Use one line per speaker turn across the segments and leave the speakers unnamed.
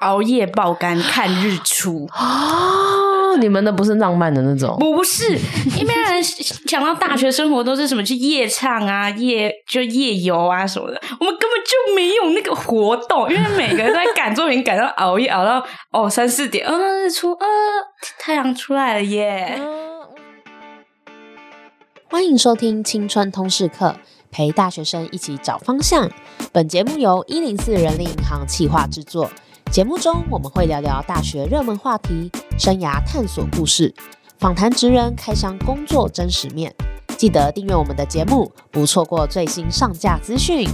熬夜爆肝看日出。
哦，你们的不是浪漫的那种，
不是，一般人想到大学生活都是什么去夜唱啊、夜就夜游啊什么的，我们根本就没有那个活动，因为每个人都在赶作品，赶到熬夜，熬到哦三四点，哦日出，呃太阳出来了耶！
欢迎收听《青春通识课》，陪大学生一起找方向。本节目由一零四人力银行企划制作。节目中我们会聊聊大学热门话题、生涯探索故事，访谈职人开箱工作真实面。记得订阅我们的节目，不错过最新上架资讯。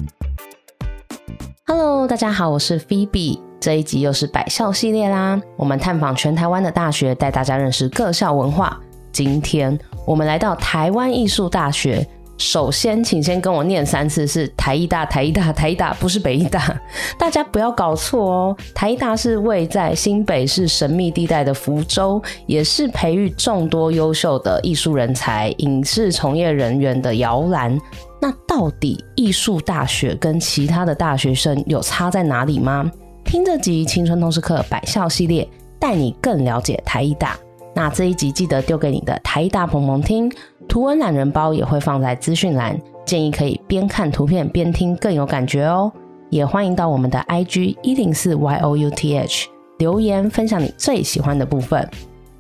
Hello，大家好，我是 Phoebe。这一集又是百校系列啦，我们探访全台湾的大学，带大家认识各校文化。今天我们来到台湾艺术大学，首先请先跟我念三次是台艺大、台艺大、台艺大，不是北艺大，大家不要搞错哦。台艺大是位在新北市神秘地带的福州，也是培育众多优秀的艺术人才、影视从业人员的摇篮。那到底艺术大学跟其他的大学生有差在哪里吗？听这集《青春通识课》百校系列，带你更了解台艺大。那这一集记得丢给你的台艺大鹏鹏听，图文懒人包也会放在资讯栏，建议可以边看图片边听更有感觉哦。也欢迎到我们的 IG 一零四 youth 留言分享你最喜欢的部分。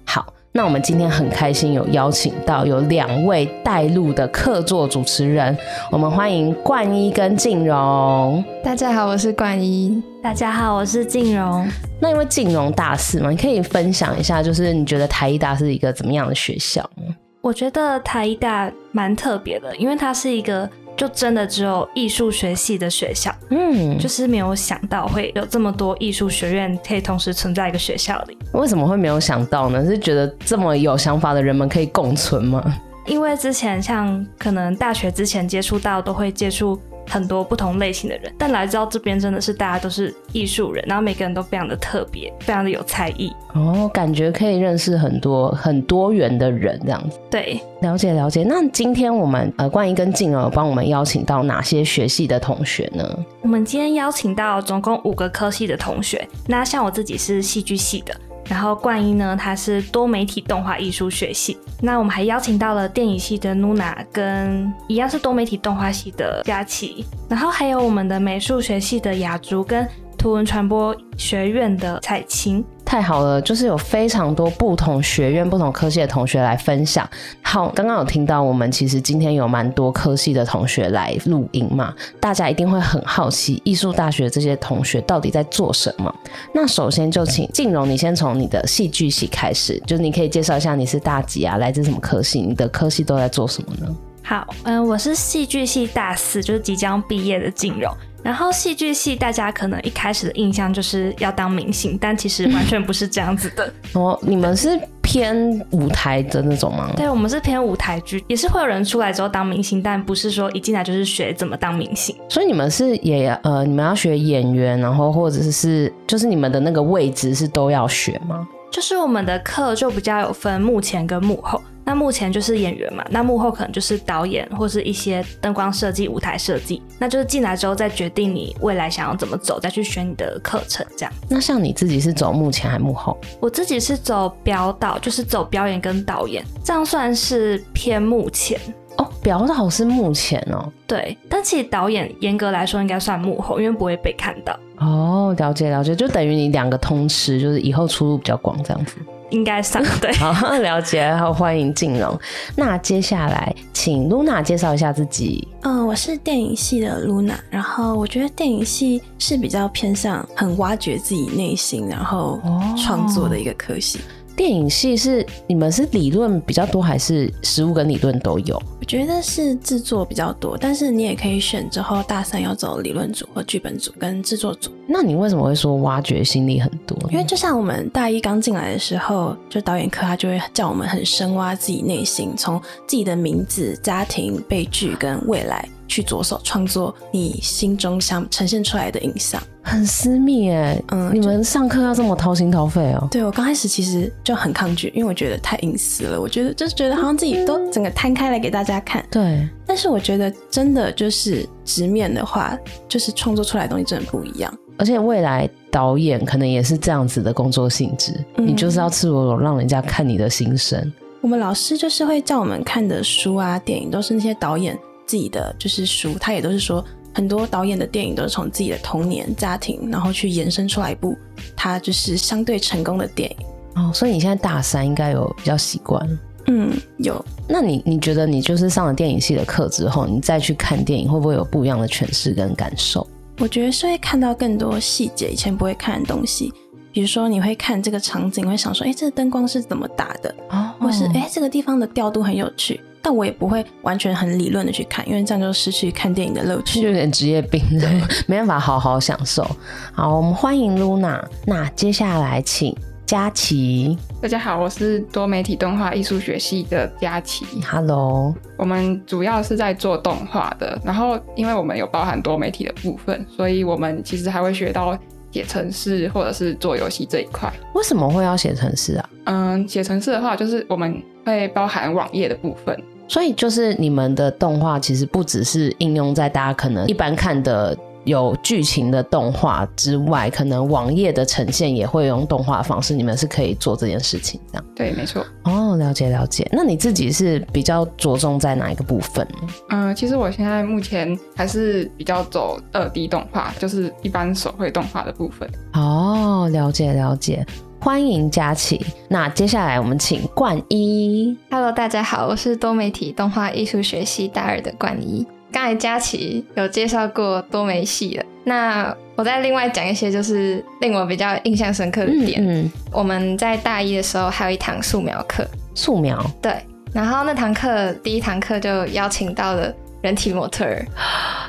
好，那我们今天很开心有邀请到有两位带路的客座主持人，我们欢迎冠一跟静荣。
大家好，我是冠一。
大家好，我是静荣。
那因为静荣大四嘛，你可以分享一下，就是你觉得台艺大是一个怎么样的学校？
我觉得台艺大蛮特别的，因为它是一个就真的只有艺术学系的学校，
嗯，就
就是没有想到会有这么多艺术学院可以同时存在一个学校里。
为什么会没有想到呢？是觉得这么有想法的人们可以共存吗？
因为之前像可能大学之前接触到都会接触很多不同类型的人，但来到这边真的是大家都是艺术人，然后每个人都非常的特别，非常的有才艺。
哦，感觉可以认识很多很多元的人这样子。
对，
了解了解。那今天我们呃，冠一跟静荣有帮我们邀请到哪些学系的同学呢？
我们今天邀请到总共五个科系的同学，那像我自己是戏剧系的，然后冠一呢，他是多媒体动画艺术学系，那我们还邀请到了电影系的露娜，跟一样是多媒体动画系的佳琪，然后还有我们的美术学系的雅竹跟图文传播学院的彩晴。
太好了，就是有非常多不同学院、不同科系的同学来分享。好，刚刚有听到我们其实今天有蛮多科系的同学来录音嘛，大家一定会很好奇艺术大学这些同学到底在做什么。那首先就请静荣，你先从你的戏剧系开始，就是你可以介绍一下你是大几啊，来自什么科系，你的科系都在做什么呢？
好，嗯、我是戏剧系大四，就是即将毕业的静柔。然后戏剧系大家可能一开始的印象就是要当明星，但其实完全不是这样子的。
哦，你们是偏舞台的那种吗？
对，我们是偏舞台剧，也是会有人出来之后当明星，但不是说一进来就是学怎么当明星。
所以你们是也呃，你们要学演员，然后或者是就是你们的那个位置是都要学吗？
就是我们的课就比较有分幕前跟幕后，那幕前就是演员嘛，那幕后可能就是导演或是一些灯光设计、舞台设计，那就是进来之后再决定你未来想要怎么走，再去选你的课程这样。
那像你自己是走幕前还幕后？
我自己是走表导，就是走表演跟导演，这样算是偏幕前。
哦，表导是幕前哦。
对，但其实导演严格来说应该算幕后，因为不会被看到，
哦，了解了解，就等于你两个通吃，就是以后出路比较广这样子。
应该算 对。
好，了解，好，欢迎静荣。那接下来请露娜介绍一下自己。
嗯，我是电影系的 Luna，然后我觉得电影系是比较偏向很挖掘自己内心，然后
哦
创作的一个科系。
电影系是你们是理论比较多，还是实物跟理论都有？
我觉得是制作比较多，但是你也可以选之后大三要走理论组或剧本组跟制作组，
那你为什么会说挖掘心理很多呢？
因为就像我们大一刚进来的时候，就导演课他就会叫我们很深挖自己内心，从自己的名字、家庭、悲剧跟未来去着手创作你心中想呈现出来的影像。
很私密哎，
嗯
你们上课要这么掏心掏肺哦、
对我刚开始其实就很抗拒，因为我觉得太隐私了，我觉得就是觉得好像自己都整个摊开来给大家看。
对，
但是我觉得真的就是直面的话，就是创作出来的东西真的不一样。
而且未来导演可能也是这样子的工作性质，
嗯
你就是要赤裸裸让人家看你的心声。
我们老师就是会叫我们看的书啊、电影，都是那些导演自己的就是书，他也都是说很多导演的电影都是从自己的童年、家庭，然后去延伸出来一部他就是相对成功的电影。
哦，所以你现在大三应该有比较习惯。
嗯，有
那你你觉得你就是上了电影系的课之后，你再去看电影，会不会有不一样的诠释跟感受？
我觉得是会看到更多细节，以前不会看的东西。比如说，你会看这个场景，会想说，哎，这个灯光是怎么打的？
哦
或是哎、诶这个地方的调度很有趣。但我也不会完全很理论的去看，因为这样就失去看电影的乐
就有
趣。
点职业病，没办法好好享受。好，我们欢迎 Luna。那接下来请佳琪
大家好，我是多媒体动画艺术学系的佳琪。
，Hello。
我们主要是在做动画的，然后因为我们有包含多媒体的部分，所以我们其实还会学到写程式或者是做游戏这一块。
为什么会要写程式啊？
嗯，写程式的话，就是我们会包含网页的部分。
所以就是你们的动画其实不只是应用在大家可能一般看的有剧情的动画之外，可能网页的呈现也会用动画的方式，你们是可以做这件事情这样。
对，没错。
哦，了解了解。那你自己是比较着重在哪一个部分呢？
嗯，其实我现在目前还是比较走二 D 动画，就是一般手绘动画的部分。
哦，了解了解。欢迎佳琪。那接下来我们请冠一。
Hello，大家好，我是多媒体动画艺术学系大二的冠一。刚才佳琪有介绍过多媒系了，那我再另外讲一些就是令我比较印象深刻的点。
嗯，
我们在大一的时候还有一堂素描课，
素描。
对，然后那堂课第一堂课就邀请到了人体模特儿，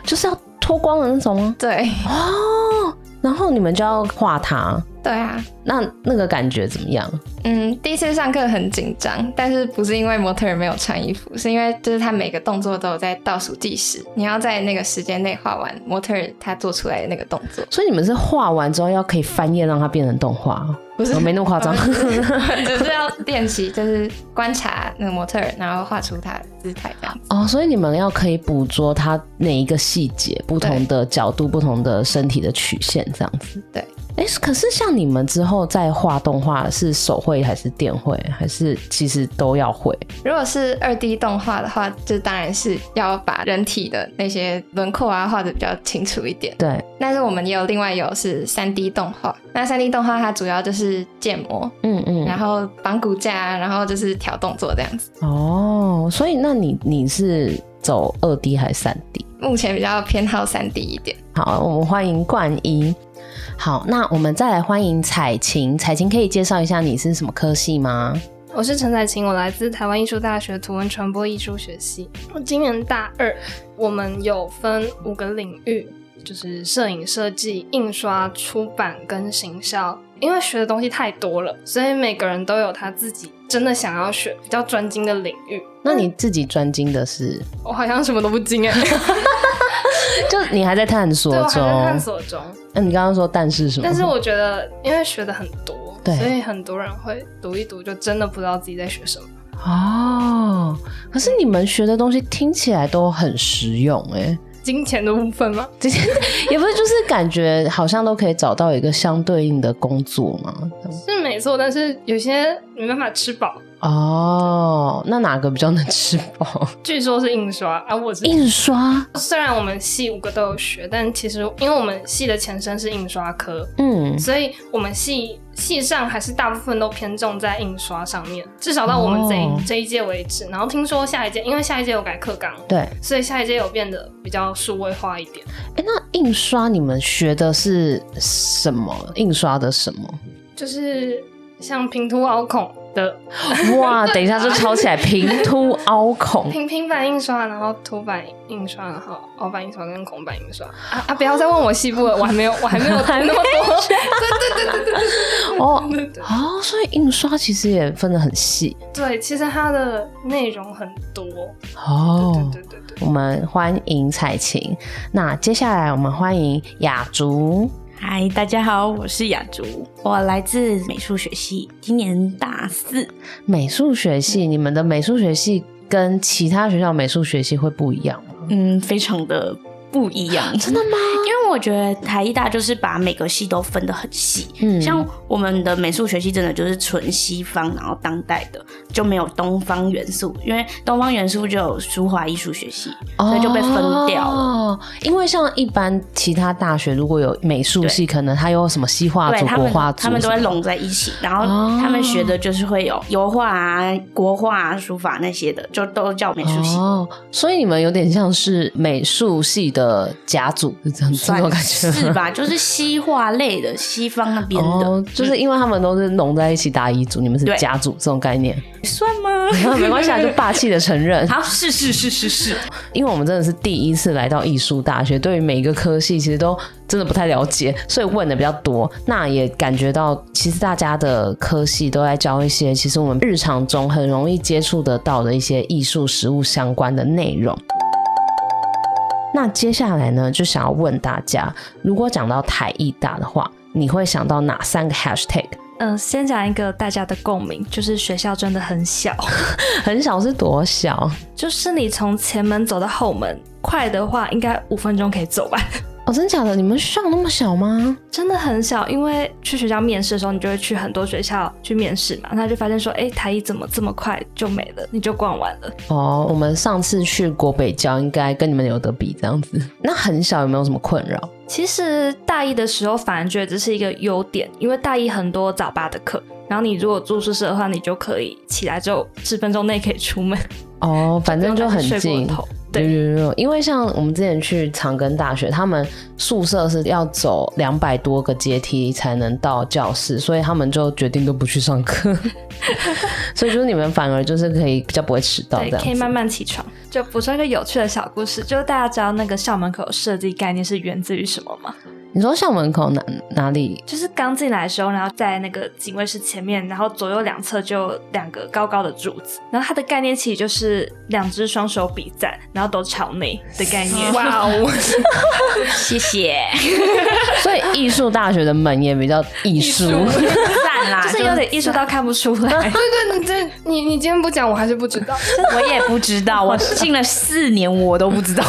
就是要脱光的那种吗？
对，
哦，然后你们就要画它，
对啊，
那那个感觉怎么样？
嗯，第一次上课很紧张，但是不是因为模特儿没有穿衣服，是因为就是他每个动作都有在倒数计时，你要在那个时间内画完模特儿他做出来的那个动 作。
所以你们是画完之后要可以翻页让它变成动画，
不是。
哦没那么夸张
只是要练习，就是观察那个模特儿，然后画出他的姿态这样子。
哦，所以你们要可以捕捉它每一个细节、不同的角度、不同的身体的曲线这样子。
对。
哎、可是像你们之后在画动画，是手绘还是电绘，还是其实都要会？
如果是二 D 动画的话，就当然是要把人体的那些轮廓啊画的比较清楚一点。
对，
但是我们也有另外有是三 D 动画，那三 D 动画它主要就是建模，
嗯嗯。
然后绑骨架啊，然后就是调动作这样子。
哦，所以那你你是走二 D 还是三 D？
目前比较偏好三 D 一点。
好，我们欢迎冠一。好，那我们再来欢迎彩琴。彩琴可以介绍一下你是什么科系吗？
我是陈彩琴，我来自台湾艺术大学图文传播艺术学系。我今年大二，我们有分五个领域，就是摄影设计、印刷、出版跟行销。因为学的东西太多了，所以每个人都有他自己真的想要学比较专精的领域。
那你自己专精的是，
我好像什么都不精哎、 欸，
就你还在探索
对，我还
中。
在探索中。
那你刚刚说但是什么？
但是我觉得，因为学的很多，
对
所以很多人会读一读，就真的不知道自己在学什么。
哦，可是你们学的东西听起来都很实用哎、
金钱的部分吗？
这些 也不是就是感觉好像都可以找到一个相对应的工作嘛。
是没错，但是有些没办法吃饱，
哦，那哪个比较能吃饱？
据说是印刷啊。我是
印刷，
虽然我们系五个都有学，但其实因为我们系的前身是印刷科，
嗯，
所以我们系系上还是大部分都偏重在印刷上面，至少到我们这一、
哦
这一届为止。然后听说下一届，因为下一届有改课纲，
对。哎、
所以下一届有变得比较数位化一点，
那印刷你们学的是什么？印刷的什 么？
就是像平涂凹孔的
哇，等一下就抄起来，平 凸凹孔。
嗯
平平板印刷，然后凸版印刷，然后凹版印刷跟孔版印刷啊啊！不要再问我细部了，我还没有，我还 没有读那么多。 对对对对对对。
哦
对对
哦，所以印刷其实也分得很细
对，其实它的内容很多。
哦。
对对对对对。
我们欢迎彩琴。那接下来我们欢迎雅竹。
嗨，大家好，我是雅竹，我来自美术学系，今年大四。
美术学
嗯
系，你们的美术学系跟其他学校美术学系会不一样吗？
嗯，非常的不一样，
真的吗？
因为我我觉得台艺大就是把每个系都分得很细，
嗯
像我们的美术学系真的就是纯西方，然后当代的就没有东方元素，因为东方元素就有书画艺术学系，所以就被分掉了。
哦，因为像一般其他大学如果有美术系，可能它有什么西画
对
啊组、
他
国
们
画，组，
他们都会。拢在一起，然后
哦
他们学的就是会有油画啊、国画啊、书法那些的，就都叫美术系。
哦，所以你们有点像是美术系的甲组，是这样子这
算
种感觉吗
是吧，就是西画类的，西方那边的、
哦，就是因为他们都是拢在一起打乙组，你们是
对
甲组这种概念，
算吗？
没关系， 啊，就霸气的承认。
好，是是是是是，
因为我们真的是第一次来到艺术大学，对于每一个科系其实都真的不太了解，所以问的比较多。那也感觉到，其实大家的科系都在教一些，其实我们日常中很容易接触得到的一些艺术实务相关的内容。那接下来呢，就想要问大家，如果讲到台艺大的话，你会想到哪三个 hashtag？
嗯，先讲一个大家的共鸣，就是学校真的很小，
很小是多小
就是你从前门走到后门，快的话应该五分钟可以走完，
哦？真假的？你们学校那么小吗？
真的很小。因为去学校面试的时候，你就会去很多学校去面试嘛，那就发现说，哎，台一怎么这么快就没了，你就逛完了。
哦，我们上次去国北教，应该跟你们有得比这样子。那很小有没有什么困扰？
其实大一的时候反而觉得这是一个优点，因为大一很多早八的课，然后你如果住宿舍的话，你就可以起来之后十分钟内可以 出门，
哦，反正就很
不
近
用担心睡。过头。
有
对，
有有，因为像我们之前去长庚大学，他们宿舍是要走两百多个阶梯才能到教室，所以他们就决定都不去上 课。所以就是你们反而就是可以比较不会迟到这
对，
样
可以
子
慢慢起床。就补充一个有趣的小故事，就是大家知道那个校门口设计概念是源自于什么吗？
你说校门口哪哪里？
就是刚进来的时候，然后在那个警卫室前面，然后左右两侧就有两个高高的柱子，然后它的概念其实就是两只双手比赞，然后都朝内的概念。
哇哦，
谢谢，
所以艺术大学的门也比较艺术。
赞 啦，
就是有点艺术到看不出 来，
对对，你这你你今天不讲，我还是不知道。
我也不知 道，我进了四年我都不知道。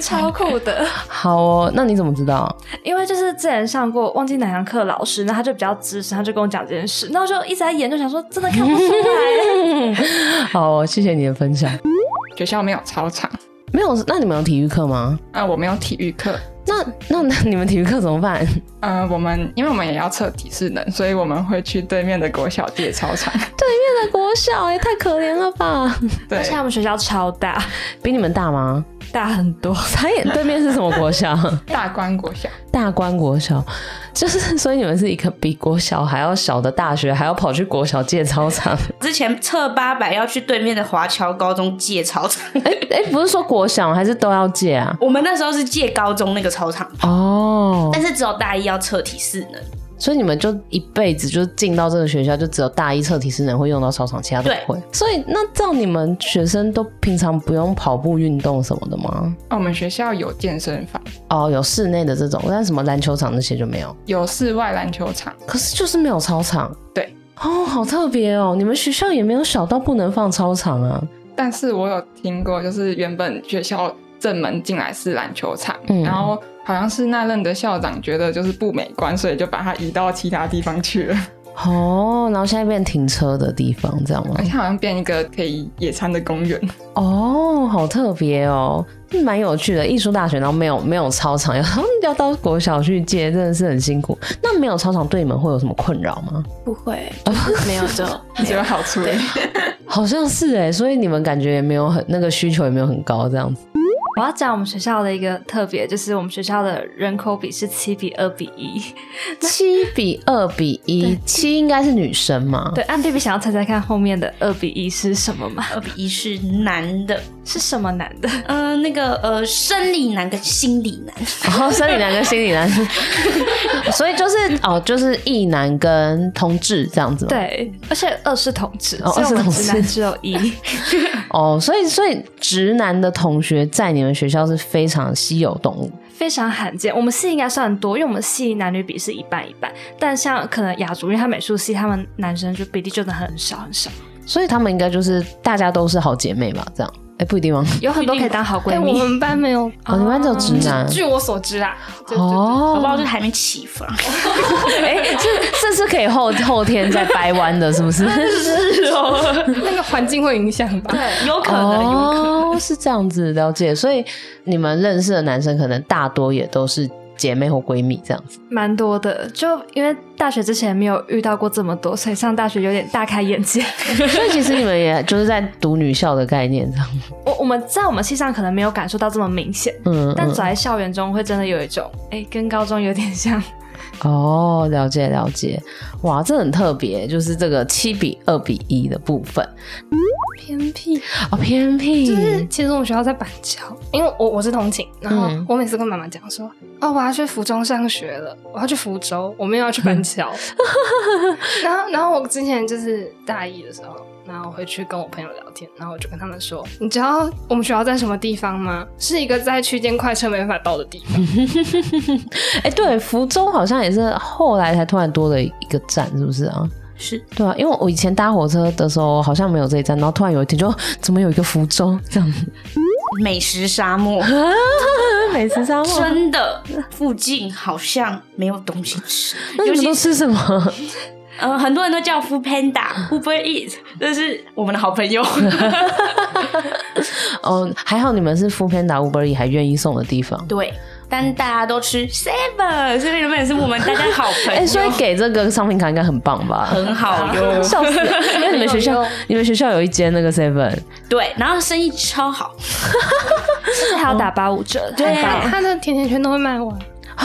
超酷的。
好哦，那你怎么知 道？
因为就是之前上过忘记哪堂课老师，那他就比较资深，他就跟我讲这件事，那我就一直在研究，想说真的看不出 来。
好哦，谢谢你的分享。
学校没有操场
没有，那你们有体育课吗？
啊，我没有体育课。
那那那你们体育课怎么 办？
呃，我们因为我们也要测体适能，所以我们会去对面的国小借操 场。
国小哎、太可怜了吧！
对
而且，他们学校超大，
比你们大吗？
大很多，
他也对面是什么国小？
大关国小。
大关国小，就是所以你们是一个比国小还要小的大学，还要跑去国小借操 场？
之前测八百要去对面的华侨高中借操场，
哎哎、不是说国小还是都要借啊？
我们那时候是借高中那个操场，
哦，
但是只有大一要测体适能，
所以你们就一辈子就进到这个学校，就只有大一测体适能会用到操场，其他都不会。所以那照你们学生都平常不用跑步运动什么的吗？
啊，我们学校有健身房，
哦，有室内的这种，但什么篮球场那些就没有。
有室外篮球场。
可是就是没有操场。
对，
哦，好特别哦！你们学校也没有小到不能放操场啊？
但是我有听过，就是原本学校正门进来是篮球场，
嗯
然后好像是那任的校长觉得就是不美观，所以就把它移到其他地方去了，
哦，然后现在变停车的地方，这样吗
而？且好像变一个可以野餐的公园。
哦，好特别哦，嗯蛮有趣的。艺术大学，然后没有没有操场，然后要到国小去借，真的是很辛苦。那没有操场对你们会有什么困扰吗？
不会，就是没有就
啊
只有好处而已。
好像是哎，所以你们感觉也没有很那个需求也没有很高这样子。
我要讲我们学校的一个特别，就是我们学校的人口比是七比二比一。
七比二比一，七应该是女生嘛？
对，按 B B 想要猜猜看后面的二比一是什么吗？
二比一是男的，
是什么男的？
嗯、那个呃生理男跟心理男，
哦，生理男跟心理男， 所以就是哦，就是异男跟同志这样子。，
对，而且二是同志，
哦
所以
二
我
是
们
同志
直男只有一。
哦，所以所以直男的同学在你们学校是非常稀有动物。
非常罕见。我们系应该算多，因为我们系男女比是一半一半，但像可能雅竹，因为他美术系，他们男生就比例就真的很少很少。
所以他们应该就是大家都是好姐妹吧？这样哎，不一定吗？
有很多可以当好闺
哎但我
蜜。
们班没有，呃
哦，你们班只有直男
据我所知啊，对对对
搞不好
哦
就，还没起风。
哎，这这 是可以后后天再掰弯的，是不 是？
是哦，那个环境会影响吧？对，
有可能，有可能。
哦，是这样子，了解。所以你们认识的男生可能大多也都是姐妹或闺蜜这样子。
蛮多的，就因为大学之前没有遇到过这么多，所以上大学有点大开眼 界。
所以其实你们也就是在读女校的概念这 样。
我我们在我们系上可能没有感受到这么明显，
嗯，
但
嗯
走在校园中会真的有一种，哎、跟高中有点像。
哦，了解了解，哇，这很特别，就是这个七比二比一的部分
偏僻。
哦，偏僻，
就是其实我们学校在板桥，因为我我是同寝，然后
嗯
我每次跟妈妈讲说，哦，我要去福州上学了，我要去福州，我们要去 板桥。然后然后我之前就是大一的时候。然后我会去跟我朋友聊天，然后我就跟他们说：“你知道我们学校在什么地方吗？是一个在区间快车没办法到的地方。
哎、对，福州好像也是后来才突然多的一个站，是不是啊？
是，
对啊，因为我以前搭火车的时候好像没有这一站，然后突然有一天就哦怎么有一个福州这样子，
美食沙漠，
啊美食沙漠。
真的附近好像没有东西吃，
那你
尤
们
其
都
是
吃什么？
呃，很多人都叫 Food Panda、Uber Eat，这是我们的好朋 友。
哦，还好你们是富偏达 Uber E 还愿意送的地方。
对，但大家都吃 Seven，所以原本也是我们大家好朋
哎、
友，
所以给这个商品卡应该很棒吧？
很好哟。
笑死！ 因为你们学校，你们学校有一间那个 Seven，哦
对，然后生意超好，
就是还要打八五折，
对
很棒
他的甜甜圈都会卖完，
哦，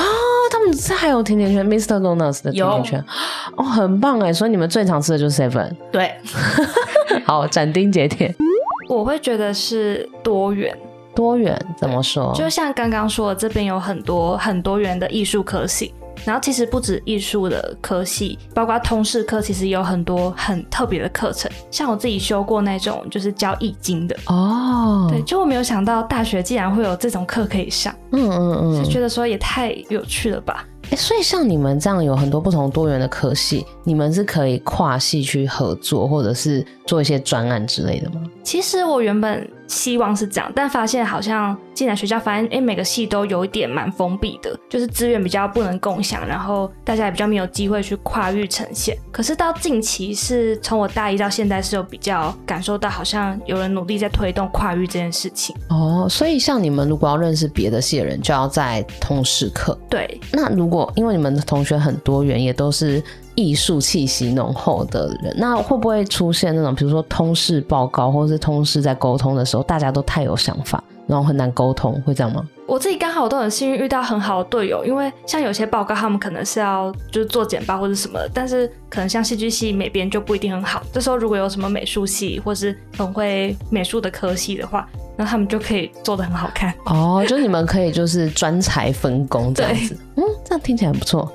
他们这还有甜甜圈，Mr. Donuts 的甜甜圈，哦，很棒哎！所以你们最常吃的就是 Seven。
对，
好，斩钉截铁，
我会觉得是多元，
多元怎么说？
就像刚刚说的，这边有很多很多元的艺术科系，然后其实不止艺术的科系，包括通识课，其实有很多很特别的课程。像我自己修过那种就是教易经的，
哦，
对，就我没有想到大学竟然会有这种课可以上，
嗯嗯
就
嗯。
觉得说也太有趣了吧。
哎，所以像你们这样有很多不同多元的科系，你们是可以跨系去合作，或者是做一些专案之类的吗？
其实我原本希望是这样，但发现好像进来学校，发现哎，诶每个系都有一点蛮封闭的，就是资源比较不能共享，然后大家也比较没有机会去跨域呈现。可是到近期是从我大一到现在是有比较感受到，好像有人努力在推动跨域这件事情。
哦，所以像你们如果要认识别的系的人，就要在通识课。
对，
那如果因为你们的同学很多元，也都是艺术气息浓厚的人，那会不会出现那种，比如说通识报告，或是通识在沟通的时候，大家都太有想法，然后很难沟通，会这样吗？
我自己刚好都很幸运遇到很好的队友，因为像有些报告他们可能是要就是做简报或者什么的，但是可能像戏剧系美编就不一定很好。这时候如果有什么美术系或是很会美术的科系的话，那他们就可以做的很好看。
哦，就是你们可以就是专才分工这样子，嗯，这样听起来很不错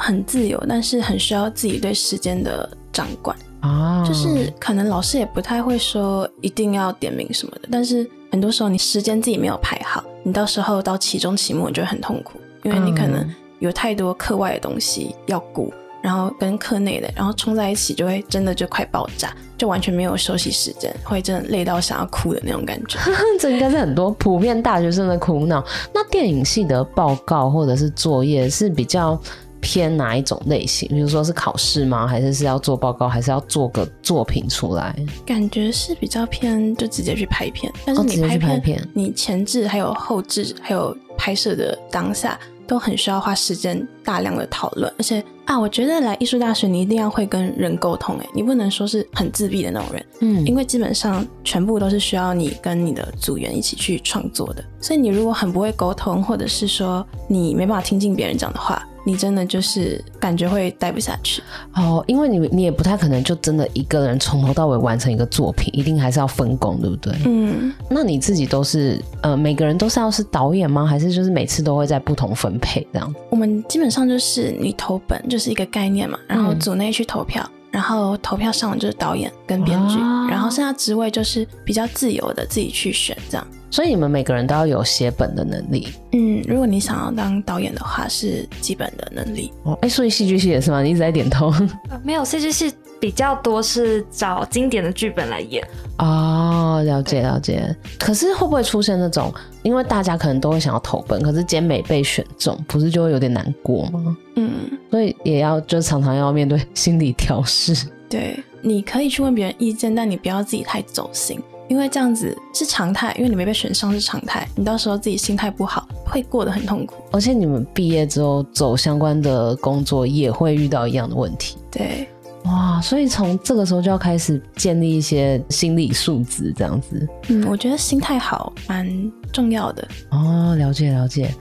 很自由，但是很需要自己对时间的掌管。
啊。
就是可能老师也不太会说一定要点名什么的，但是很多时候你时间自己没有排好，你到时候到期中期末你就会很痛苦，因为你可能
嗯
有太多课外的东西要顾，然后跟课内的，然后冲在一起就会真的就快爆炸，就完全没有休息时间，会真的累到想要哭的那种感觉。
这应该是很多普遍大学生的苦恼。那电影系的报告或者是作业是比较偏哪一种类型？比如说是考试吗？还是是要做报告？还是要做个作品出来？
感觉是比较偏就直接去拍片，但是
哦直
你
接去拍
拍片，
片
你前置还有后置还有拍摄的当下都很需要花时间大量的讨论，而且啊，我觉得来艺术大学你一定要会跟人沟通、欸，你不能说是很自闭的那种人，
嗯
因为基本上全部都是需要你跟你的组员一起去创作的，所以你如果很不会沟通，或者是说你没办法听进别人讲的话，你真的就是感觉会待不下去。
哦，因为你你也不太可能就真的一个人从头到尾完成一个作品，一定还是要分工，对不对？
嗯。
那你自己都是呃，每个人都是要是导演吗？还是就是每次都会在不同分配这样？
我们基本上就是你投本就是一个概念嘛，然后组内去投票，然后投票上的就是导演跟编剧
哇，
然后剩下职位就是比较自由的自己去选这样。
所以你们每个人都要有写本的能力
嗯，如果你想要当导演的话，是基本的能力。
哦。哎，所以戏剧系也是吗？你一直在点头。
呃没有戏剧系比较多是找经典的剧本来演。
哦，了解了解。可是会不会出现那种，因为大家可能都会想要投奔，可是兼美被选中，不是就会有点难过吗？
嗯，
所以也要就常常要面对心理调试。
对，你可以去问别人意见，但你不要自己太走心，因为这样子是常态，因为你没被选上是常态，你到时候自己心态不好，会过得很痛苦。
而且你们毕业之后走相关的工作，也会遇到一样的问题。
对，
哇，所以从这个时候就要开始建立一些心理素质，这样子。
嗯，我觉得心态好蛮重要的，
哦，了解了解，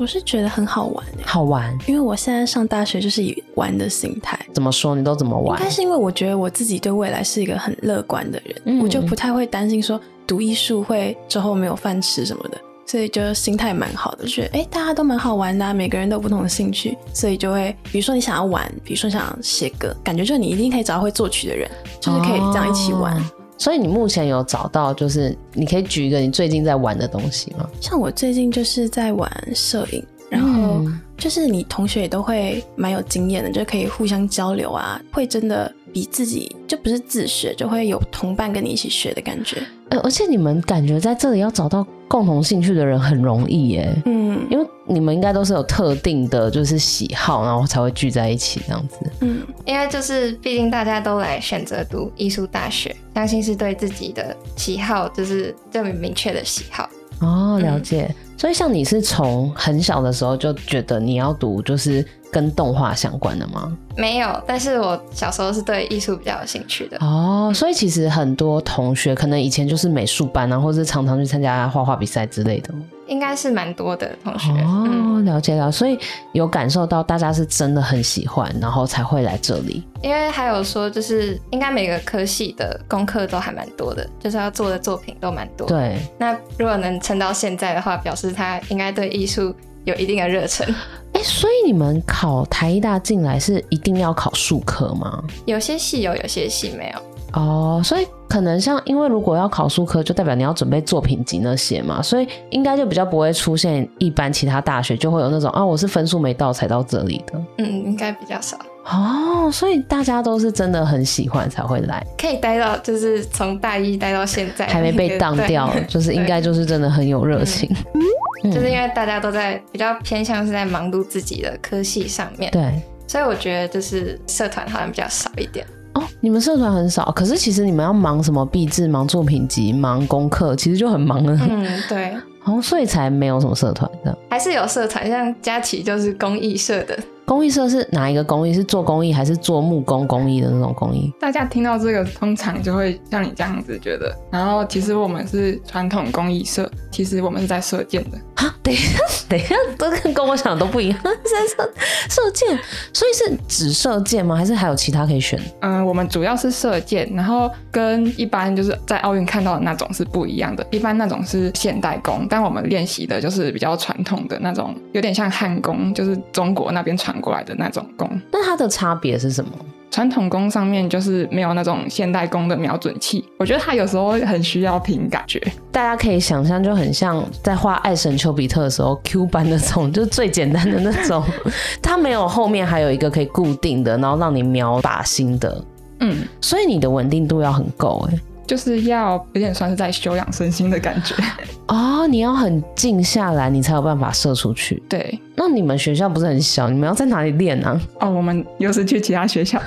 我是觉得很好玩欸、
好玩。
因为我现在上大学就是以玩的心态。
怎么说？你都怎么
应
玩？
该是因为我觉得我自己对未来是一个很乐观的人，
嗯
我就不太会担心说读艺术会之后没有饭吃什么的，所以就心态蛮好的，就觉得哎、诶大家都蛮好玩的啊、每个人都有不同的兴趣，所以就会比如说你想要玩，比如说想写歌，感觉就你一定可以找到会作曲的人，就是可以这样一起玩。
哦所以你目前有找到，就是你可以举一个你最近在玩的东西吗？
像我最近就是在玩摄影，然后
嗯
就是你同学也都会蛮有经验的，就可以互相交流啊，会真的比自己就不是自学，就会有同伴跟你一起学的感觉。
呃，而且你们感觉在这里要找到共同兴趣的人很容易耶，
嗯
因为你们应该都是有特定的，就是喜好，然后才会聚在一起这样子。
嗯，
因为就是毕竟大家都来选择读艺术大学，相信是对自己的喜好，就是这么明确的喜好。
哦，了
嗯
解。所以像你是从很小的时候就觉得你要读就是跟动画相关的吗？
没有，但是我小时候是对艺术比较有兴趣的。
哦，所以其实很多同学可能以前就是美术班啊，或者是常常去参加画画比赛之类的吗。
应该是蛮多的同学。嗯，
哦，了解了，所以有感受到大家是真的很喜欢，然后才会来这里。
因为还有说，就是应该每个科系的功课都还蛮多的，就是要做的作品都蛮多。，
对，
那如果能撑到现在的话，表示他应该对艺术有一定的热忱。
哎，所以你们考台艺大进来是一定要考数科吗？
有些系有，有些系没有。
哦，所以可能像，因为如果要考数科，就代表你要准备作品集那些嘛，所以应该就比较不会出现一般其他大学就会有那种啊，我是分数没到才到这里的。
嗯，应该比较少，
哦，所以大家都是真的很喜欢才会来，
可以待到就是从大一待到现在，
还没被当掉，
哎对
就是应该就是真的很有热情。嗯
就是因为大家都在比较偏向是在忙碌自己的科系上面，
对
所以我觉得就是社团好像比较少一 点。
哦，你们社团很少，可是其实你们要忙什么毕制、忙作品集、忙功课，其实就很忙了。
嗯，对，
哦，所以才没有什么社团这样。
还是有社团，像佳琪就是公益社的，
公益社是哪一个公益？是做公益还是做木工公益的那种公益？
大家听到这个，通常就会像你这样子觉得。然后其实我们是传统工艺社，其实我们是在射箭的。
啊， 等一下，等一下，都跟跟我想的都不一样。 射射射箭，所以是只射箭吗？还是还有其他可以选？
嗯，我们主要是射箭，然后跟一般就是在奥运看到的那种是不一样的。一般那种是现代弓，但我们练习的就是比较传统的那种，有点像汉弓，就是中国那边传过来的那种弓。
那它的差别是什么？
传统弓上面就是没有那种现代弓的瞄准器，我觉得它有时候很需要凭感觉。
大家可以想象，就很像在画爱神丘比特的时候 Q 版那种，就是最简单的那种。 它没有后面还有一个可以固定的，然后让你瞄靶心的，
嗯，
所以你的稳定度要很够哎、
就是要有点算是在修养身心的感觉。
哦，你要很静下来，你才有办法射出去。
对，
那你们学校不是很小，你们要在哪里练啊？
哦，我们又是去其他学校。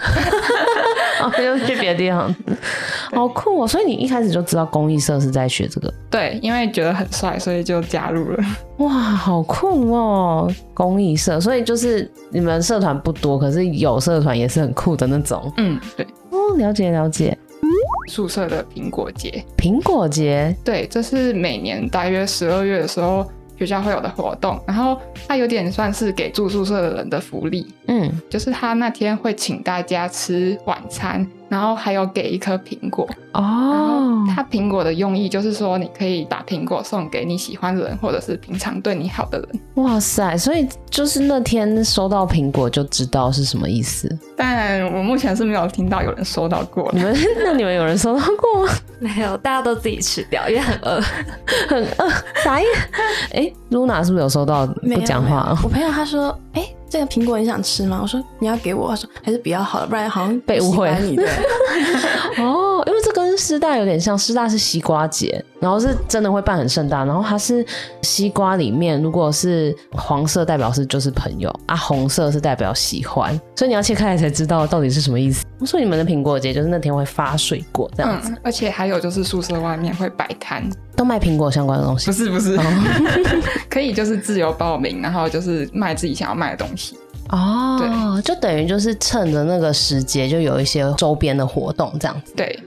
哦，就是去别的地方，好酷哦！所以你一开始就知道公益社是在学这个，
对，因为觉得很帅，所以就加入了。
哇，好酷哦！公益社，所以就是你们社团不多，可是有社团也是很酷的那种。
嗯，对，
哦，了解了解。
宿舍的苹果节，
苹果节
对，这是每年大约十二月的时候学校会有的活动，然后它有点算是给住宿舍的人的福利，
嗯，
就是他那天会请大家吃晚餐，然后还有给一颗苹果。然
哦
后，它苹果的用意就是说，你可以把苹果送给你喜欢的人，或者是平常对你好的人。
哇塞！所以就是那天收到苹果就知道是什么意思。
但我目前是没有听到有人收到过
你。们 那你们有人收到 过吗？
没有，大家都自己吃掉，因为很饿。
很饿，啥呀？哎、露娜是不是有收到？
没
不
有
讲话
没有
哦。
我朋友他说，哎、这个苹果你想吃吗？”我说：“你要给我。”他说：“还是比较好了，不然好像
被误会
不喜欢 你的。
哦，因为这跟师大有点像，师大是西瓜节，然后是真的会办很盛大，然后它是西瓜里面如果是黄色代表是就是朋友啊，红色是代表喜欢，所以你要切开来才知道到底是什么意思。所以你们的苹果节就是那天会发水果这样子，
嗯，而且还有就是宿舍外面会摆摊，
都卖苹果相关的东西
不。是不是，可以就是自由报名，然后就是卖自己想要卖的东西。
哦，就等于就是趁着那个时节，就有一些周边的活动这样子。
对，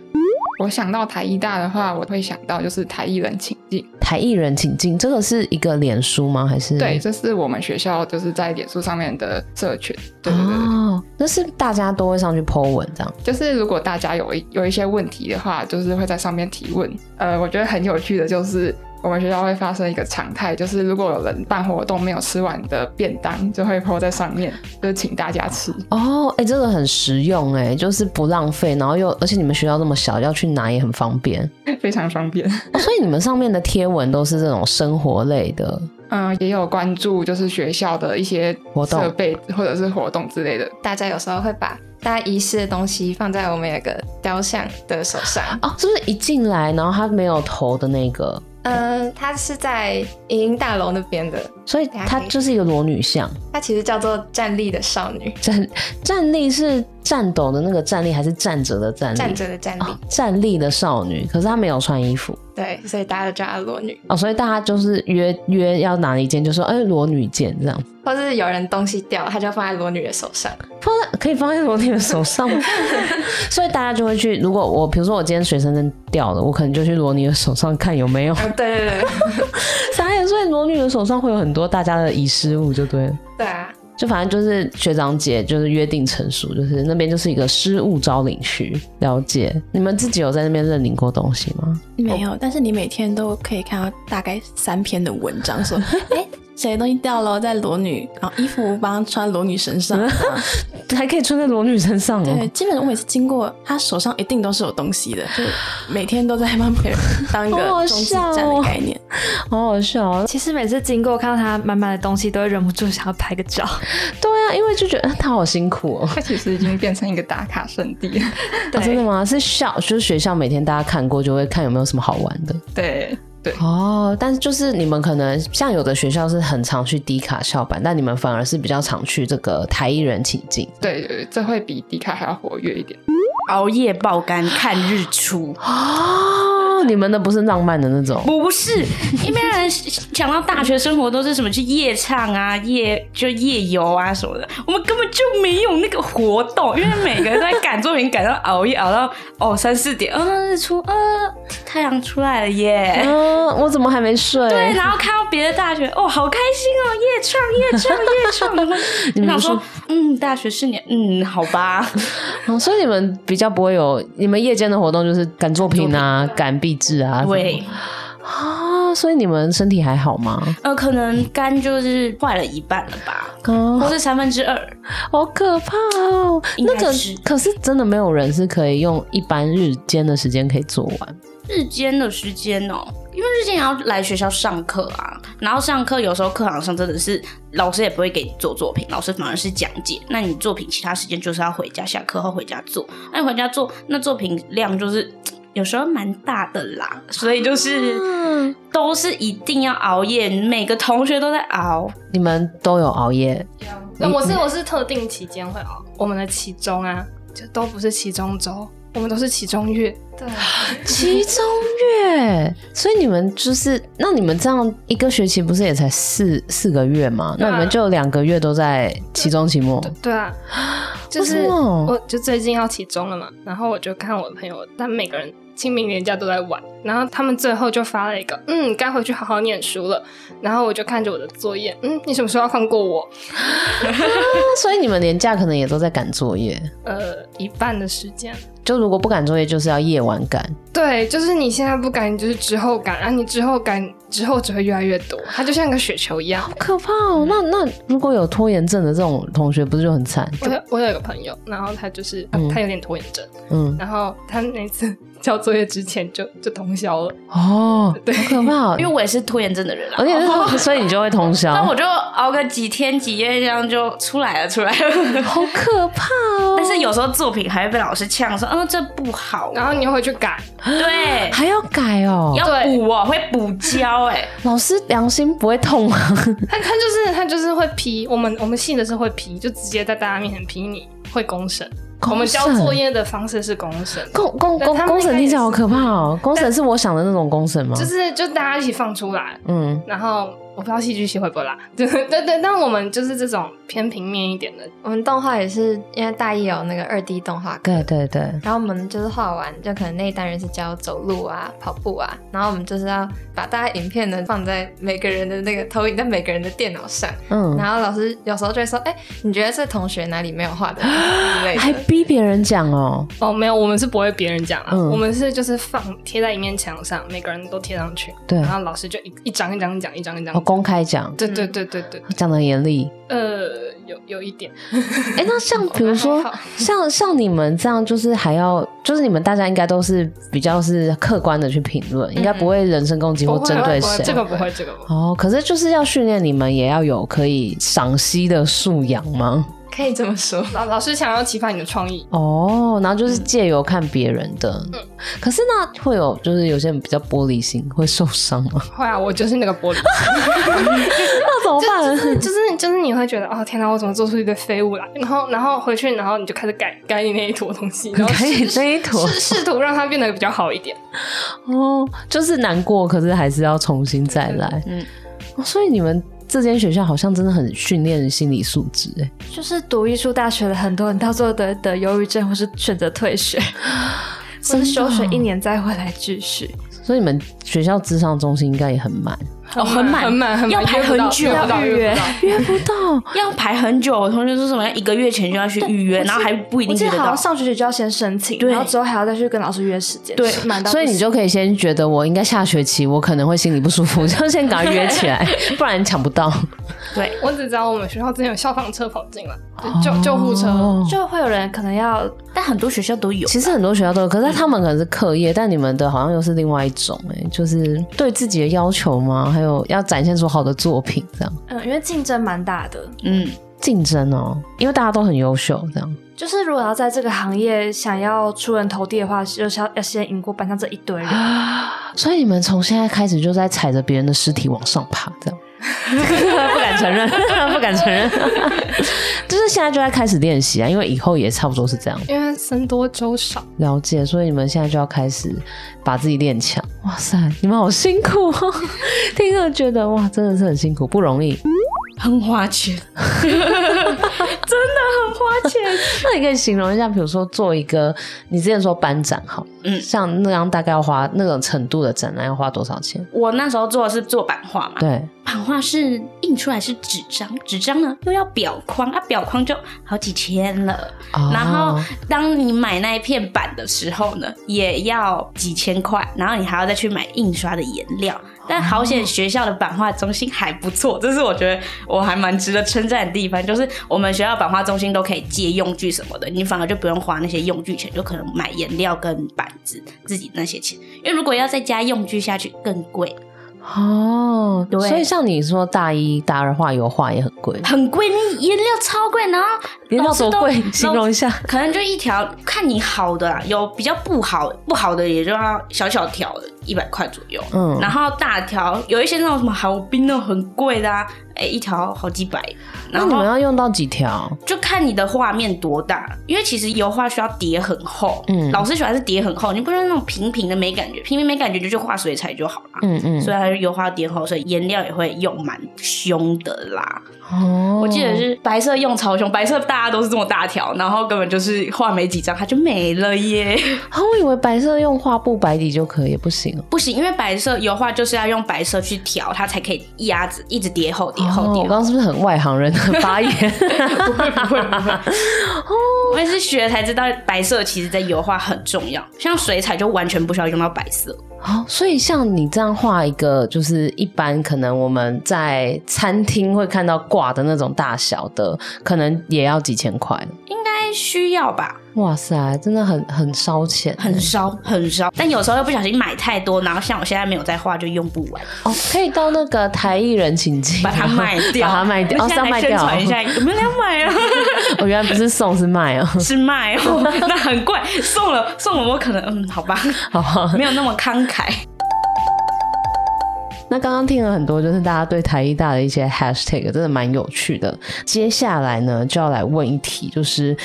我想到台艺大的话，我会想到就是台艺人情境。
台艺人请进，这个是一个脸书吗？还是哦
对，这是我们学校就是在脸书上面的社群。对对对对，
哦，那是大家都会上去 Po 文这样。
就是如果大家有一有一些问题的话，就是会在上面提问。呃，我觉得很有趣的就是。我们学校会发生一个常态，就是如果有人办活动没有吃完的便当，就会抛在上面，就是请大家吃。
哦，哎、这个很实用哎、就是不浪费，然后又而且你们学校这么小，要去拿也很方便、
非常方便。
哦所以你们上面的贴文都是这种生活类的，
嗯，也有关注就是学校的一些
活动
设备或者是活动之类的。
大家有时候会把大家遗失的东西放在我们有一个雕像的手上。
哦，是不是一进来然后他没有头的那个，
嗯，它是在影音大楼那边的，
所以
大家
它
可以
就是一个裸女像。
它其实叫做站立的少女，
站站立是战斗的那个站立，还是站着的站立？
站着的站立。
哦，站立的少女，可是她没有穿衣服
对，所以大家都叫她裸女，
哦，所以大家就是约约要哪一件，就说哎裸女见这样，
或是有人东西掉，她就放在裸女的手上。
放在可以放在裸女的手上 吗？所以大家就会去，如果我比如说我今天随身证掉了，我可能就去裸女的手上看有 没有。
啊
嗯，对对对，
傻眼，所以裸女的手上会有很多大家的遗失物，就对了。
对啊，
就反正就是学长姐就是约定成熟，就是那边就是一个失物招领区。了解，你们自己有在那边认领过东西吗？
没有，但是你每天都可以看到大概三篇的文章，说：“哎，谁的东西掉了，在裸女，然后衣服帮她穿裸女身上。
还可以穿在裸女身上”哦
对，。基本上我每次经过，她手上一定都是有东西的，就每天都在帮别人 当一个
好好
中继站
笑哦
的概念。
好好笑哦！
其实每次经过看到他满满的东西，都会忍不住想要拍个 照。
对啊，因为就觉得他好辛苦哦。
它其实已经变成一个打卡圣地。
哦真的吗？是校就是学校每天大家看过就会看有没有什么好玩的
对对，
哦。但是就是你们可能像有的学校是很常去低卡校版，但你们反而是比较常去这个台艺人情境。
对对，这会比迪卡还要活跃一点。
熬夜爆肝看日出。
哦，你们的不是浪漫的那种，
不是，一般人想到大学生活都是什么去夜唱啊、夜就夜游啊什么的，我们根本就没有那个活动，因为每个人都在赶作品，赶到熬夜熬到哦三四点，嗯、日出，呃，太阳出来了耶。
嗯，我怎么还没睡？
对，然后看到别的大学，哦，好开心哦，夜唱夜唱夜 唱，然后
你
我
们
想
说
说，嗯，大学四年，嗯，好吧，
哦，所以你们比较不会有，你们夜间的活动就是赶作品啊、赶壁纸啊，
对，
啊，所以你们身体还好吗？
呃，可能肝就是坏了一半了吧，或
哦，
是三分之二，
好可怕哦！
应
那
该
个
是
可是真的没有人是可以用一般日间的时间可以做完。
日间的时间哦、因为日间也要来学校上课啊，然后上课有时候课堂上真的是老师也不会给你做作品，老师反而是讲解。那你作品其他时间就是要回家，下课后回家做。那你回家做，那作品量就是有时候蛮大的啦，所以就是、都是一定要熬夜，每个同学都在熬。
你们都有熬夜，
那我
嗯
是我是特定期间会熬，我们的期中啊，就都不是期中周，我们都是期中月。
对，
其中月，所以你们就是，那你们这样一个学期不是也才四四个月吗？那你们就两个月都在期中、期末，
对啊，就
为
是
什么
我就最近要期中了嘛，然后我就看我朋友，他们每个人清明年假都在玩，然后他们最后就发了一个，嗯，该回去好好念书了。然后我就看着我的作业，嗯，你什么时候要放过我？
那所以你们年假可能也都在赶作业。
呃，一半的时间。
就如果不赶作业，就是要夜晚赶。
对，就是你现在不赶，你就是之后赶，啊，你之后赶之后只会越来越多，它就像个雪球一样。
可怕哦！那那如果有拖延症的这种同学，不是就很惨？
我有我有一个朋友，然后他就是、
嗯
他有点拖延症，
嗯，
然后他那次 交作业之前就就通宵了。
哦，好可怕哦！
因为我也是拖延症的人啦啊
而。且是，所以你就会通宵，
那我就熬个几天几夜，这样就出来了，出来了。
好可怕 哦！
但是有时候作品还会被老师呛说：“嗯，这不好。
然后你又回去改，”
对，
还要改哦，
要补哦，会补交哎。
老师良心不会痛啊吗？
他他就是他就是会批我们，我们系的是会批，就直接在大家面前批你会公审。我们交作业的方式是公审，
公审，公
但
公公
他们
公
应
审
该
听起来
也
好可怕哦！公审是我想的那种公审吗？
就是就大家一起放出来，
嗯，
然后我不知道戏剧系会不会啦， 对对对，但我们就是这种偏平面一点的，
我们动画也是因为大一有那个二 D 动画课，
对对对，
然后我们就是画完，就可能那一单元是教走路啊、跑步啊，然后我们就是要把大家影片呢放在每个人的那个投影在每个人的电脑上，
嗯，
然后老师有时候就会说：“哎、你觉得这同学哪里没有画的之类
还
的
逼别人讲哦，
哦，没有，我们是不会别人讲啊，
嗯
我们是就是放贴在一面墙上，每个人都贴上去，
对
然，后老师就一一张一张讲，一张一张
哦，
讲。
公开讲，
对对对对对，
讲的很严厉。
呃，有有一点，
哎，那像比如说
还好，
像像你们这样，就是还要，就是你们大家应该都是比较是客观的去评论，应该不会人身攻击或
嗯不会
针
不
对
会
谁啊
这。个不会，这个不会。
哦，可是就是要训练你们也要有可以赏析的素养吗？？”
可以这么说。
老老师想要激发你的创意，
哦，然后就是
嗯
借由看别人的，可是呢，会有就是有些人比较玻璃心，会受伤 吗？
后来啊我就是那 个玻璃，
那怎么办？
就是就是就是你会觉得哦天哪，我怎么做出一堆废物来？然后然后回去，然后你就开始改改你那一坨东西， 然后
可以这一坨
试试图让它变得比较好一点。
哦，就是难过，可是还是要重新再来。嗯
嗯，
哦、所以你们这间学校好像真的很训练心理素质、欸，
就是 读艺术大学的很多人到最后得得忧郁症，或是选择退学， 或
真的
是休学
哦
一年再回来继续。
所以你们学校智商中心应该也很满，
哦，很满，
很满，很满
要排
约不到
很久
约不到
要预
约不
约
到
约不到。
要排很久。我同学说什么一个月前就要去预约，然后还不一
我
定
记
约
得
得
好
到
像。上学期就要先申请，然后之后还要再去跟老师约时间，
对
满到不
所以你
行
就可以先觉得我应该下学期我可能会心里不舒服，就先赶快约起 来，不然抢不到。
我只知道我们学校之前有消防车跑进来，就救救护车。
哦
就会有人可能要
但很多学校都有，
其实很多学校都有，可是他们可能是课业，但你们的好像又是另外一种、欸，就是对自己的要求吗？还有要展现出好的作品，这样
嗯，因为竞争蛮大的。
嗯，
竞争哦、因为大家都很优秀，这样
就是如果要在这个行业想要出人头地的话，就是要要先赢过班上这一堆 人。
所以你们从现在开始就在踩着别人的尸体往上爬，这样。不敢承认，不敢承认， 就是现在就在开始练习啊，因为以后也差不多是这样。
因为僧多粥少，
了解，所以你们现在就要开始把自己练强。哇塞，你们好辛苦哦！听着觉得哇，真的是很辛苦，不容易。
很花钱，真的很花钱。
那你可以形容一下，比如说做一个，你之前说班展好，嗯，
嗯
像那样大概要花那种程度的展览要花多 少钱？
我那时候做的是做版画嘛，
对，
版画是印出来是纸张，纸张呢又要裱框啊，裱框就好几千了。
哦
然后当你买那一片板的时候呢，也要几千块，然后你还要再去买印刷的颜料。但好险，学校的版画中心还不错，这是我觉得我还蛮值得称赞的地方，就是我们学校版画中心都可以借用具什么的，你反而就不用花那些用具钱，就可能买颜料跟板子自己那些钱，因为如果要再加用具下去更贵。
哦，
对
所以像你说大一、大二画油画也很贵，
很贵，那颜料超贵，然后
颜料
老师
多
都
贵？ 形容一，下
老师可能就一条，看你好的啦，有比较不好，不好的也就要小小条的，一百块左右。
嗯
然后大条有一些那种什么好冰那种很贵的、啊，哎、一条好几百。
那
然
你们
后
要用到几条？
就看你的画面多大，因为其实油画需要叠很厚，
嗯
老师喜欢是叠很厚，你不能那种平平的没感觉，平平没感觉就去画水彩就好啦。
嗯嗯，
所以它油画叠厚，所以颜料也会用蛮凶的啦。
哦，
我记得是白色用超凶，白色大家都是这么大条，然后根本就是画没几张它就没了耶。
啊，我以为白色用画布白底就可以，不行哦。
不行，因为白色油画就是要用白色去调，它才可以压着一直叠厚叠
哦
厚
我
叠厚。
刚刚是不是很外行人的发言？不会不会不会，
我也是学了才知道，白色其实在油画很重要，像水彩就完全不需要用到白色。
好，所以像你这样画一个，就是一般可能我们在餐厅会看到挂的那种大小的，可能也要几千块。
应该该需要吧？
哇塞，真的很很烧钱，
很烧很烧，但有时候又不小心买太多，然后像我现在没有在画，就用不完，
哦，可以到那个台艺人请进，
把它卖掉，
把它卖掉，
我
哦，
们
是
现
要
在来
卖
宣
掉。
传一下，有没有人要买啊？
我原来不是送，是卖哦。
是卖哦，那很贵，送了送了，我可能嗯，好吧，
好，
没有那么慷慨。
那刚刚听了很多，就是大家对台艺大的一些 hashtag，真的蛮有趣的。接下来呢，就要来问一题，就是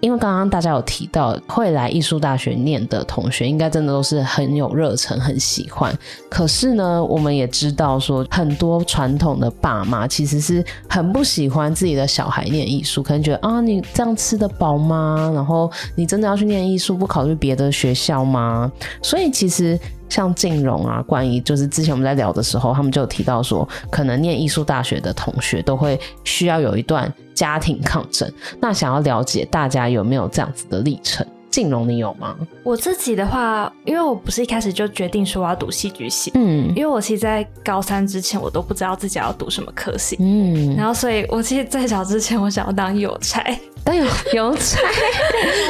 因为刚刚大家有提到，会来艺术大学念的同学，应该真的都是很有热忱，很喜欢。可是呢，我们也知道说，很多传统的爸妈其实是很不喜欢自己的小孩念艺术，可能觉得啊，你这样吃得饱吗？然后你真的要去念艺术，不考虑别的学校吗？所以其实像静荣啊、关于就是之前我们在聊的时候，他们就有提到说，可能念艺术大学的同学都会需要有一段家庭抗争。那想要了解大家有没有这样子的历程？静荣，你有吗？
我自己的话，因为我不是一开始就决定说我要读戏剧系，
嗯
因为我其实，在高三之前，我都不知道自己要读什么科系。
嗯，
然后，所以我其实在小之前，我想要 当邮差，
但有有差、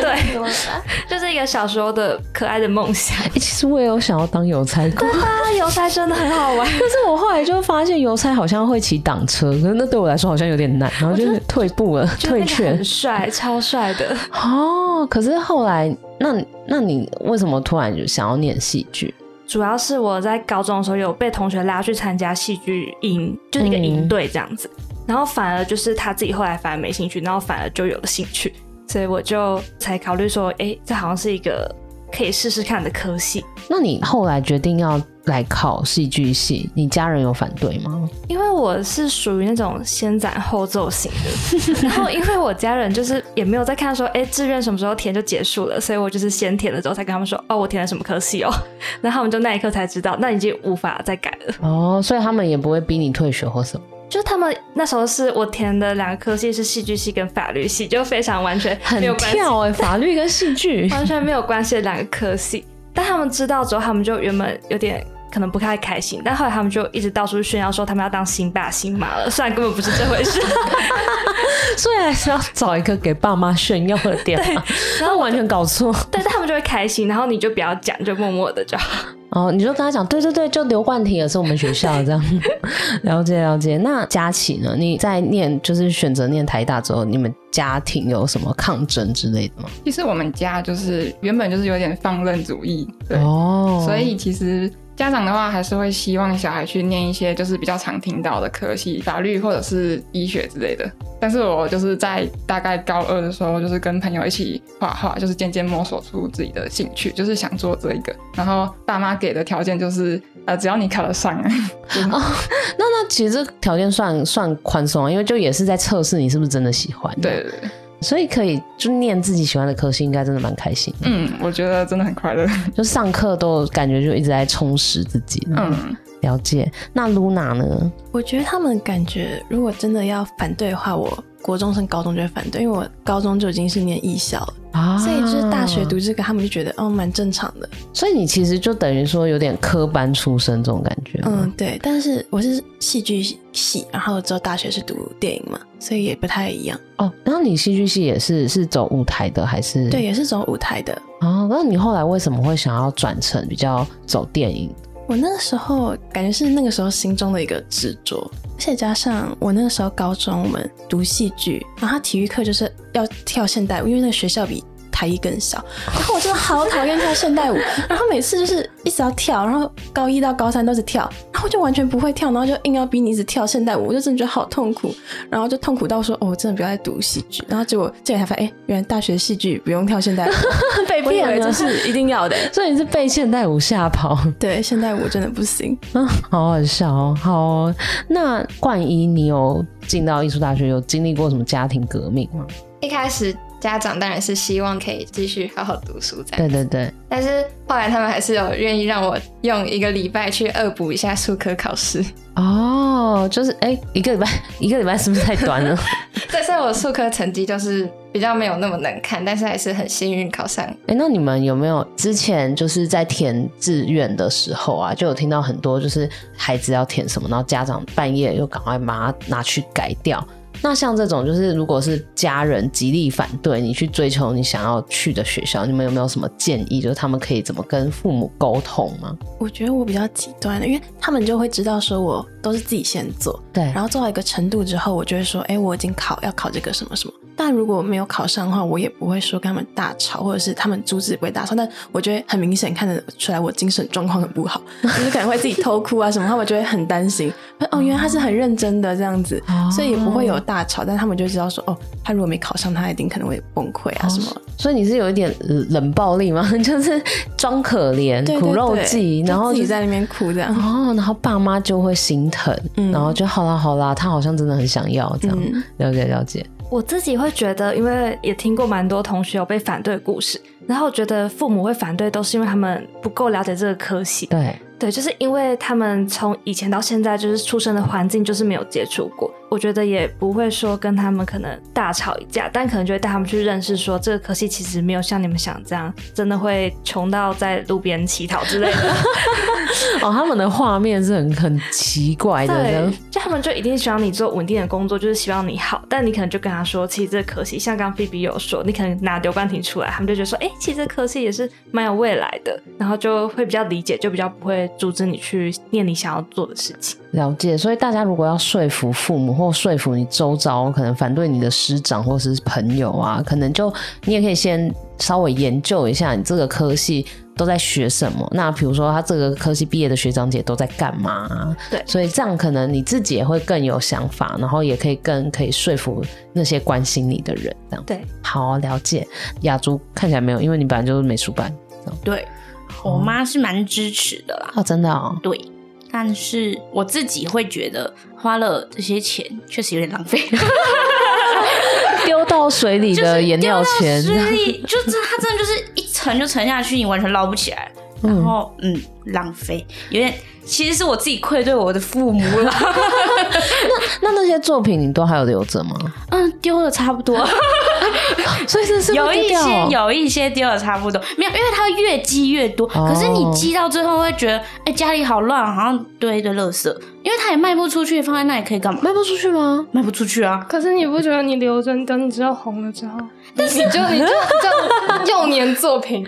对，就是一个小时候的可爱的梦想。
欸，其实我也有想要当邮差过，
啊，邮差真的很好玩，
可是我后来就发现邮差好像会骑挡车，可是那对我来说好像有点难，然后就是退步了，
就是
退
那个
却
很。帅，超帅的。
哦，可是后来，那那你为什么突然就想要念戏剧？
主要是我在高中的时候有被同学拉去参加戏剧营，就是一个营队这样子。然后反而就是他自己后来反而没兴趣，然后反而就有了兴趣，所以我就才考虑说，哎、这好像是一个可以试试看的科系。
那你后来决定要来考戏剧系，你家人有反对 吗？
因为我是属于那种先斩后奏型的，然后因为我家人就是也没有在看说，哎，志愿什么时候填就结束了，所以我就是先填了之后才跟他们说，哦，我填了什么科系哦， 然后他们就那一刻才知道，那已经无法再改了。
哦，所以他们也不会逼你退学或什么，
就他们那时候是我填的两个科系是戏剧系跟法律系，就非常完全
很
没有关系，。
跳哎、法律跟戏剧
完全没有关系的两个科系。但他们知道之后，他们就原本有点可能不太开心，但后来他们就一直到处炫耀说他们要当新爸新妈了，虽然根本不是这回事。
所以还是要找一个给爸妈炫耀的点嘛，然后完全搞错。
对，但他们就会开心，然后你就不要讲，就默默的就好。
哦，你就跟他讲，对对对，就刘冠廷也是我们学校 这样。了解了解。那佳琪呢？你在念就是选择念台大之后，你们家庭有什么抗争之类的吗？
其实我们家就是原本就是有点放任主义，对，
哦
所以其实家长的话还是会希望小孩去念一些就是比较常听到的科系，法律或者是医学之类的。但是我就是在大概高二的时候，就是跟朋友一起画画，就是渐渐摸索出自己的兴趣，就是想做这一个。然后爸妈给的条件就是，呃，只要你考得上、啊，就是
那那其实这个条件算算宽松啊，因为就也是在测试你是不是真的喜欢。
对，对对，
所以可以就念自己喜欢的科系，应该真的蛮开心的。
嗯，我觉得真的很快乐，
就上课都感觉就一直在充实自己。嗯，
嗯。
了解。那 Luna 呢？
我觉得他们感觉，如果真的要反对的话，我国中升高中就会反对，因为我高中就已经是念艺校了，
啊
所以就是大学读，这个，他们就觉得哦蛮正常的。
所以你其实就等于说有点科班出身这种感觉。
嗯，，对。但是我是戏剧系，然后之后大学是读电影嘛，所以也不太一样。
哦，那你戏剧系也是是走舞台的还是？
对，。也是走舞台的。
哦，那你后来为什么会想要转成比较走电影？
我那个时候感觉是那个时候心中的一个执着，而且加上我那个时候高中我们读戏剧，然后他体育课就是要跳现代舞，因为那个学校比台一更小， 然后我真的好讨厌跳现代舞，然后每次就是一直要跳，然后高一到高三都是跳，然后我就完全不会跳，然后就硬要逼你一直跳现代舞，我就真的觉得好痛苦，然后就痛苦到说哦，我真的不要再读戏剧，然后结果这里才发现，哎，原来大学戏剧不用跳现 代舞， 被
骗了
这是一 定要的，
所以你是被现代舞吓跑？
对，现代舞真的不行。
啊， 好好笑哦！好哦那冠一，你有进到艺术大学，有经历过什么家庭革命吗？
一开始家长当然是希望可以继续好好读书这样，
对对对，
但是后来他们还是有愿意让我用一个礼拜去恶补一下数科考试，
哦，就是哎、一个礼拜， 一个礼拜是不是太短了？
对，所以我数科成绩就是比较没有那么能看，但是还是很幸运考上。
哎、那你们有没有之前就是在填志愿的时候啊，就有听到很多就是孩子要填什么，然后家长半夜又赶快把它拿去改掉，那像这种就是，如果是家人极力反对你去追求你想要去的学校，你们有没有什么建议？就是他们可以怎么跟父母沟通吗？
我觉得我比较极端的，因为他们就会知道说我都是自己先做，
对
然后做到一个程度之后，我就会说，哎，我已经考要考这个什么什么。但如果没有考上的话，我也不会说跟他们大吵，或者是他们阻止不会大吵。但我觉得很明显看得出来，我精神状况很不 好，就是可能会自己偷哭啊什么，他们就会很担心。哦，原来他是很认真的这样子，所以也不会有大吵。但他们就知道说，哦，他如果没考上，他一定可能会崩溃啊什么。
哦所以你是有一点呃冷暴力吗？ 就是装可怜、
对对
苦肉
对
计，
就
然后
自己
就
在那边哭这样。
哦，然后爸妈就会心疼，
嗯
然后就好啦好啦，他好像真的很想要这样，
嗯
了解了解。
我自己会觉得，因为也听过蛮多同学有被反对的故事，然后我觉得父母会反对，都是因为他们不够了解这个科系。
对，
对，就是因为他们从以前到现在，就是出生的环境就是没有接触过，我觉得也不会说跟他们可能大吵一架，但可能就会带他们去认识说这个科系其实没有像你们想这样，真的会穷到在路边乞讨之类的。
哦，他们的画面是很很奇怪的，这
对
样，
就他们就一定希望你做稳定的工作，就是希望你好，但你可能就跟他说，其实这可惜，像刚刚菲比有说，你可能拿刘冠廷出来，他们就觉得说，哎、其实这科系也是蛮有未来的，然后就会比较理解，就比较不会阻止你去念你想要做的事情。
了解，所以大家如果要说服父母或说服你周遭可能反对你的师长或是朋友啊，可能就你也可以先稍微研究一下你这个科系都在学什么。那比如说他这个科系毕业的学长姐都在干嘛啊？
对
所以这样可能你自己也会更有想法，然后也可以更可以说服那些关心你的人。这样
对，
好啊了解。雅竹看起来没有，因为你本来就是美术班
对，我妈是蛮支持的啦。
哦，真的哦，
对，但是我自己会觉得花了这些钱确实有点浪费。
丢到水里的颜料钱，
就是丢到水里就真它真的就是一沉就沉下去，你完全捞不起来。然后嗯，浪费，有点其实是我自己愧对我的父母了。
那那些作品你都还有留着吗？
嗯，丢的差不多，
所以这是
有一些有一些丢的差不多，没有，因为它越积越多。
哦
可是你积到最后会觉得，哎、家里好乱，好像堆一堆垃圾，因为它也卖不出去，放在那里可以干嘛？
卖不出去吗？
卖不出去啊。
可是你不觉得你留着，等你之后红了之后，但是你就你就 叫幼年作品，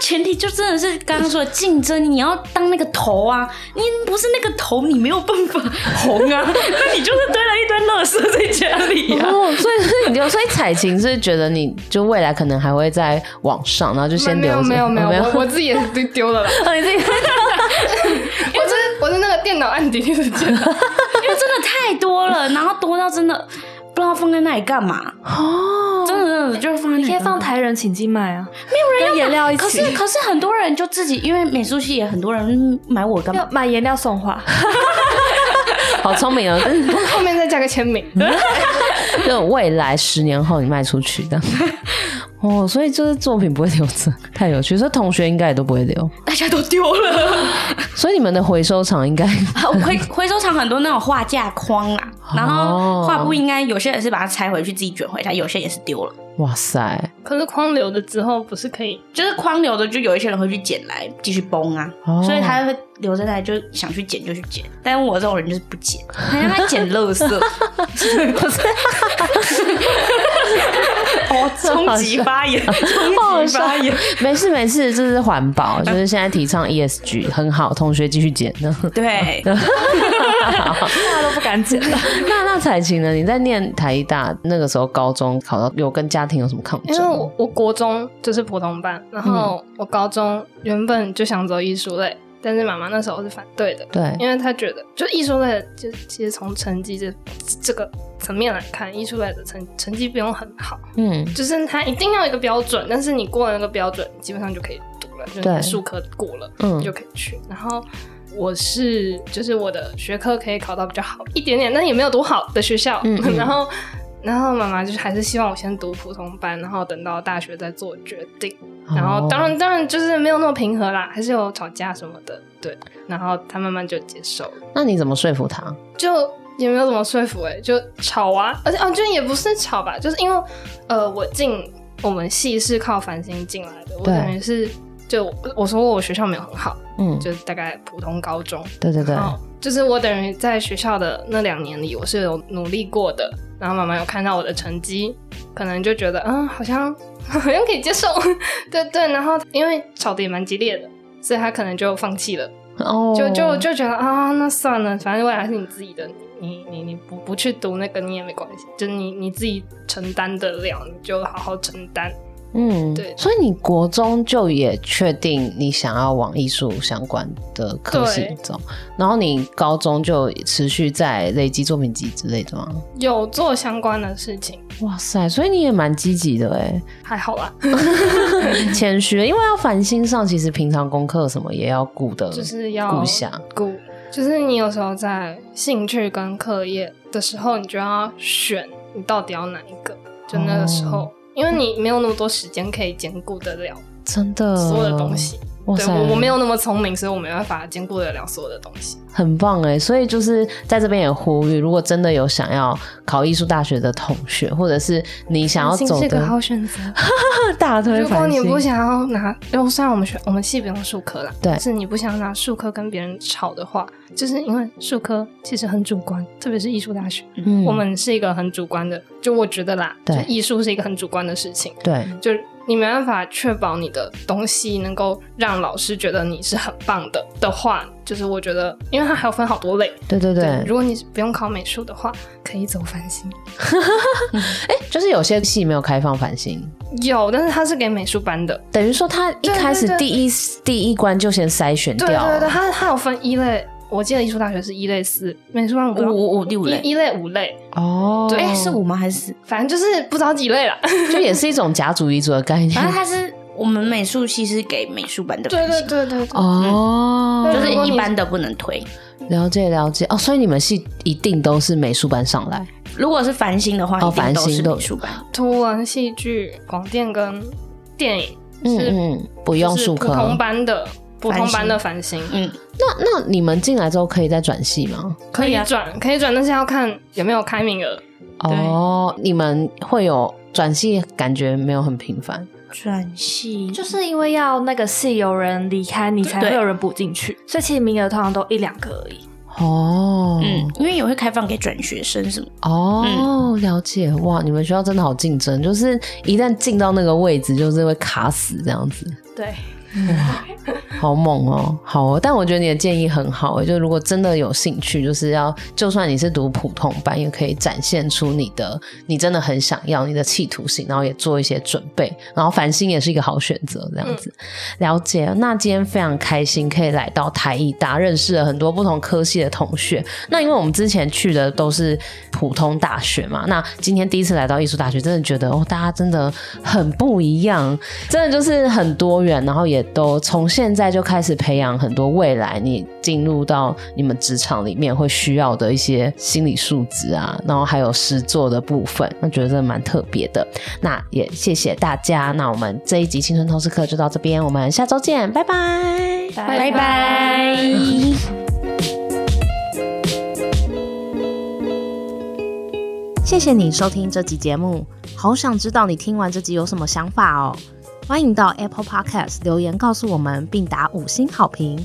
前提就真的是刚刚说的竞争，你要当那个头啊，你不是那个头，你没有办法红 啊，那你就是堆了一堆垃圾在家里 啊。
哦，所以是你 留，所以彩琴是觉得你就未来可能还会在网上，然后就先
没
留
有
着。
没有没有，
哦
我我自己也是丢丢 了啦，
哦你自己
我是我是那个电脑按底就是这样，
因为真的太多了，然后多到真的不知道放在那里干嘛。哦，真的真的就是放在那里
你可以
干嘛
放台人请进卖啊，没有人跟颜料一
可 是
起，
可是很多人就自己，因为美术系也很多人买我干嘛
要？买颜料送花，
好聪 明哦！
后面再加个签名，
就未来十年后你卖出去的。 哦，所以就是作品不会留着，太有趣。所以同学应该也都不会留，
大家都丢了。
所以你们的回收厂应该
啊回回收厂很多那种画架框啦，然后画布应该有些人是把它拆回去自己卷回家，有些也是丢了。
哇塞
可是框留着之后不是可以？
就是框留着，就有一些人会去捡来继续崩啊，
哦
所以他会留在那里，就想去捡就去捡。但我这种人就是不捡，他让他捡垃圾，不是？哦，冲击发 言，冲击发言，
没事没事，这是环 保，就是现在提倡 ESG 很好，同学继续捡 呢。
对，
大家都不敢 剪了。
那那彩琴呢？你在念台大那个时候，高中考到有跟家庭有什么抗
因为
争吗？
我我国中就是普通班，然后我高中原本就想走艺术类，但是妈妈那时候是反对的，
对，
因为她觉得就艺术类的，就其实从成绩这这个层面来看，艺术类的成成绩不用很好，
嗯，
就是它一定要有一个标准，但是你过了那个标准，你基本上就可以读了，就是
对
你数科过了，
嗯
你就可以去。然后我是就是我的学科可以考到比较好一点点，但也没有多好的学校。
嗯嗯
然后然后妈妈就是还是希望我先读普通班，然后等到大学再做决定。然
哦
后当然当然就是没有那么平和啦，还是有吵架什么的。对，然后她慢慢就接受了。
哦，那你怎么说服他？
就也没有怎么说服哎、就吵啊，而且哦，就也不是吵吧，就是因为呃，我进我们系是靠繁星进来的，我
对
等于是就我我说我学校没有很好，
嗯，
就是大概普通高中，
对对对，
好，就是我等于在学校的那两年里，我是有努力过的，然后妈妈有看到我的成绩，可能就觉得嗯，好像 好像可以接受， 对对，然后因为吵得也蛮激烈的，所以他可能就放弃了，
哦，
就就就觉得啊，那算了，反正未来是你自己的，你你你不不去读那个你也没关系，就是你你自己承担得了，你就好好承担。
嗯，
对
所以你国中就也确定你想要往艺术相关的科系
对
走，然后你高中就持续在累积作品集之类的吗？
有做相关的事情，
哇塞，所以你也蛮积极的哎、
还好啦，
谦虚，因为要烦心上，其实平常功课什么也要顾的，
就是要
顾一下。
顾，就是你有时候在兴趣跟课业的时候，你就要选你到底要哪一个，就那个时候，
哦
因为你没有那么多时间可以兼顾得了
真的
所有的东。西。
嗯哇
对
塞，
我我没有那么聪明，所以我没办法兼顾得了所有的东西。
很棒哎，所以就是在这边也呼吁，如果真的有想要考艺术大学的同学，或者是你想要走
是个好
的
选择。
大推
如果
繁
你
星，
不想要拿，因为虽然我们学我们系不用数科啦，
对
是你不想拿数科跟别人吵的话，就是因为数科其实很主观，特别是艺术大学，
嗯
我们是一个很主观的，就我觉得啦，
对
就艺术是一个很主观的事情，
对
就是你没办法确保你的东西能够让老师觉得你是很棒的的话，就是我觉得，因为它还有分好多类，
对对对，
如果你不用考美术的话，可以走繁星，
哎、就是有些戏没有开放繁星，
有，但是它是给美术班的，
等于说他一
对
开始
对对
第一第一关就先筛选掉
对对对，
了，
它它有分一类，我记得艺术大学是一类四，美术班我不知道
五五六类
一一类五类，
哦，
对，哎，是五吗？还是四？
反正就是不知道几类了。
就也是一种甲组乙组的 概
反正
啊
念
它是我们美术系是给美术班的繁
对
星，
对对对对，
哦，
对
就是一般的不能推。
了解了解哦，所以你们系一定都是美术班上来，
如果是繁星的话，
哦
一定都
繁
是
星都
美术班。
图文、戏剧、广电跟电影
嗯
是
嗯，不用
就是
数
普
科。
通班的普通班的繁星，
嗯，
那那你们进来之后可以再转系吗？
可以转可以转，但是要看有没有开名额。
哦，你们会有转系，感觉没有很频繁。
转系
就是因为要那个系有人离开，你才
对
会有人补进去，所以其实名额通常都一两个而已。
哦，
嗯，因为也会开放给转学生什么。
嗯
哦，了解哇！你们学校真的好竞争，就是一旦进到那个位置，就是会卡死这样子，
对，
好猛哦！好哦，但我觉得你的建议很好欸耶，就如果真的有兴趣，就是要就算你是读普通班，也可以展现出你的你真的很想要你的企图心，然后也做一些准备，然后繁星也是一个好选择，这样子。了解。那今天非常开心可以来到台艺大，认识了很多不同科系的同学，那因为我们之前去的都是普通大学嘛，那今天第一次来到艺术大学，真的觉得哦，大家真的很不一样，真的就是很多元，然后也都从现在就开始培养很多未来你进入到你们职场里面会需要的一些心理素质啊，然后还有实作的部分，那觉得真的蛮特别的。那也谢谢大家，那我们这一集青春通识课就到这边，我们下周见，拜拜。
拜拜。
谢谢你收听这集节目，好想知道你听完这集有什么想法哦。欢迎到 Apple Podcast 留言告诉我们，并打五星好评，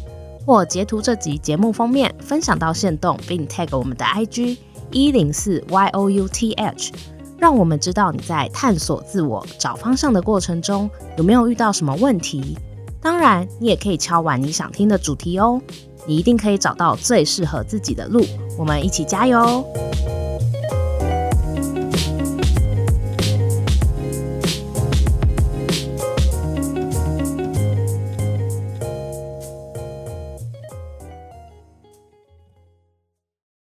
或截图这集节目封面分享到线动，并 tag 我们的 IG 一零四 y o u t h，让我们知道你在探索自我、找方向的过程中有没有遇到什么问题。当然，你也可以敲完你想听的主题哦，你一定可以找到最适合自己的路。我们一起加油哦！